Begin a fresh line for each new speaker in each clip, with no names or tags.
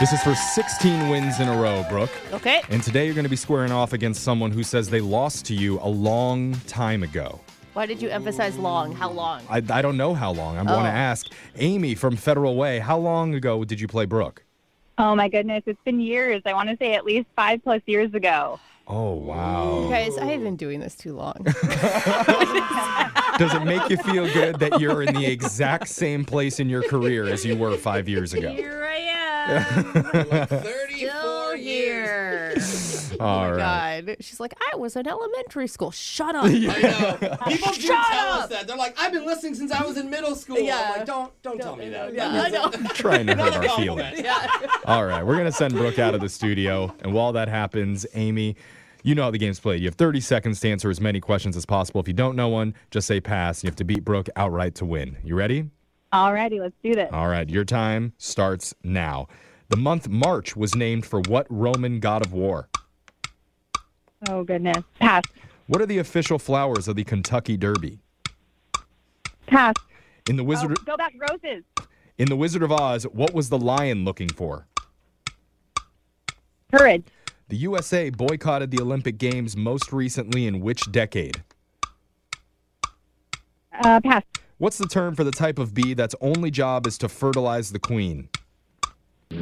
This is for 16 wins in a row, Brooke.
Okay.
And today you're going to be squaring off against someone who says they lost to you a long time ago.
Why did you emphasize long? How long?
I, I don't know how long. I want
Oh.
to ask Amy from Federal Way, how long ago did you play Brooke?
Oh my goodness, it's been years. I want to say at least five plus years ago.
Oh, wow.
Guys, I have been doing this too long.
Does it make you feel good that you're in the exact same place in your career as you were five years ago?
Here I am.
34
Still
years.
here.
All
Oh
right.
my God. She's like, I was in elementary school. Shut up.
I know. People do
Shut
tell us
up.
that. They're like, I've been listening since I was in middle school.
Yeah.
I'm like, don't, don't tell me that.
Yeah, I know.
Trying to hurt
Not a
our feelings.
compliment.
All right, we're going to send Brooke out of the studio. And while that happens, Amy, you know how the game's played. You have 30 seconds to answer as many questions as possible. If you don't know one, just say pass. You have to beat Brooke outright to win. You ready?
Alrighty, let's do this.
All right, your time starts now. The month March was named for what Roman god of war?
Oh goodness. Pass.
What are the official flowers of the Kentucky Derby?
Pass.
In the
Oh,
Wizard
go back roses.
in the Wizard of Oz, what was the lion looking for?
Courage.
The USA boycotted the Olympic Games most recently in which decade?
Uh, pass.
What's the term for the type of bee that's only job is to fertilize the queen?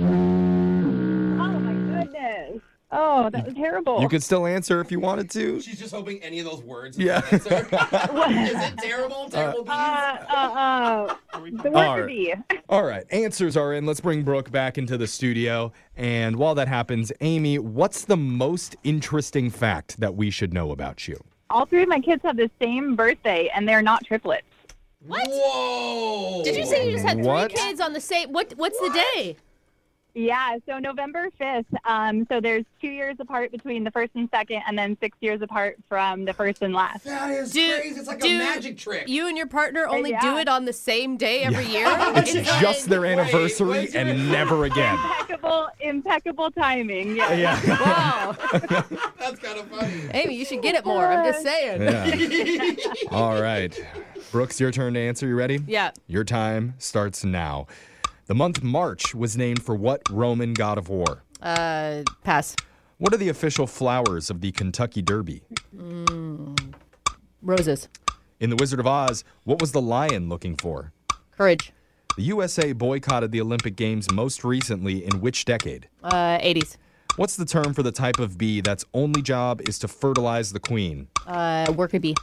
Oh my goodness. Oh, that was terrible.
You could still answer if you wanted to.
She's just hoping any of those words.
Yeah.
Is, an answer. Is it terrible? Terrible
uh, uh, uh, the
All
word to be.
All right, answers are in. Let's bring Brooke back into the studio. And while that happens, Amy, what's the most interesting fact that we should know about you?
All three of my kids have the same birthday, and they're not triplets.
What? Whoa.
Did you say you just had
What?
three kids on the same? What? What's the day?
Yeah, so November 5th. Um, so there's two years apart between the first and second, and then six years apart from the first and last.
That is
Do-
crazy. It's like
do
a magic trick.
You and your partner only do
yeah.
it on the same day every year.
It's just their
Wait,
anniversary
wait, wait.
and never again.
Impeccable, impeccable timing. Yeah.
Yeah.
wow,
That's kind of funny.
Amy, you should get it more. I'm just saying.
Yeah. All right. Brooks, your turn to answer. You ready?
Yeah.
Your time starts now. The month March was named for what Roman god of war?
Uh, pass.
What are the official flowers of the Kentucky Derby?
Roses.
In The Wizard of Oz, what was the lion looking for?
Courage.
The USA boycotted the Olympic Games most recently in which decade?
Uh, 80s.
What's the term for the type of bee that's only job is to fertilize the queen?
Uh, worker bee.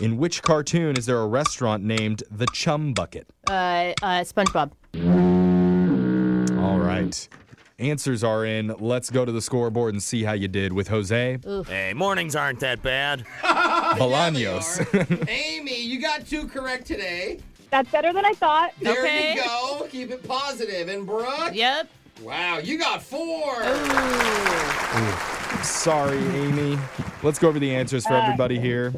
In which cartoon is there a restaurant named the Chum Bucket?
Uh, uh, SpongeBob.
All right. Answers are in. Let's go to the scoreboard and see how you did with Jose
Hey, mornings aren't that bad.
Bolaños.
Amy, you got two correct today.
That's better than I thought.
There
Okay.
you go. Keep it positive. And Brooke,
Yep.
wow, you got four.
Oh,
Sorry, Amy. Let's go over the answers for everybody here.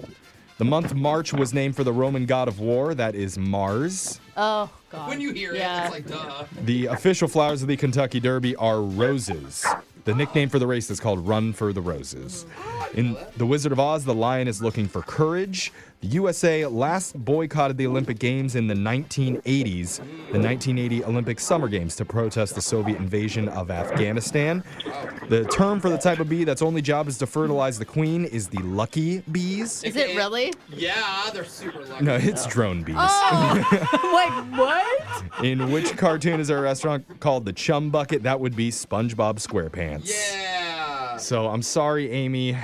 The month March was named for the Roman god of war, that is Mars.
Oh God.
When you hear
yeah.
it, it's like, duh.
The official flowers of the Kentucky Derby are roses. The nickname for the race is called Run for the Roses. In The Wizard of Oz, the lion is looking for courage. The USA last boycotted the Olympic Games in the 1980s, the 1980 Olympic Summer Games, to protest the Soviet invasion of Afghanistan. The term for the type of bee that's only job is to fertilize the queen is the lucky bees.
Is it really?
Yeah, they're super lucky.
No, it's drone bees.
Oh, wait, what?
In which cartoon is there a restaurant called the Chum Bucket? That would be SpongeBob SquarePants.
Yeah.
So I'm sorry, Amy.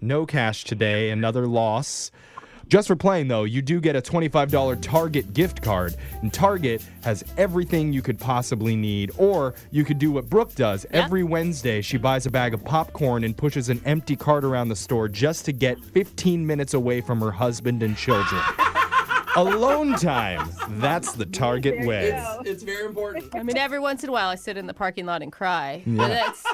No cash today. Another loss. Just for playing, though, you do get a $25 Target gift card, and Target has everything you could possibly need. Or you could do what Brooke does every Wednesday. She buys a bag of popcorn and pushes an empty cart around the store just to get 15 minutes away from her husband and children. Alone time. That's the Target way.
It's, it's very important.
I mean, every once in a while, I sit in the parking lot and cry. But that's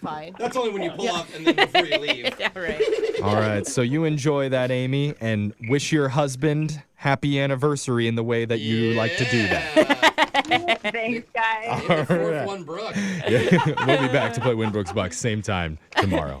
fine.
That's only when you pull up and then before you leave.
Yeah, right.
All right. So you enjoy that, Amy, and wish your husband happy anniversary in the way that you like to do that.
that.
Thanks, guys.
Fourth one, Brooke.
we'll be back to play Winbrook's Bucks same time tomorrow.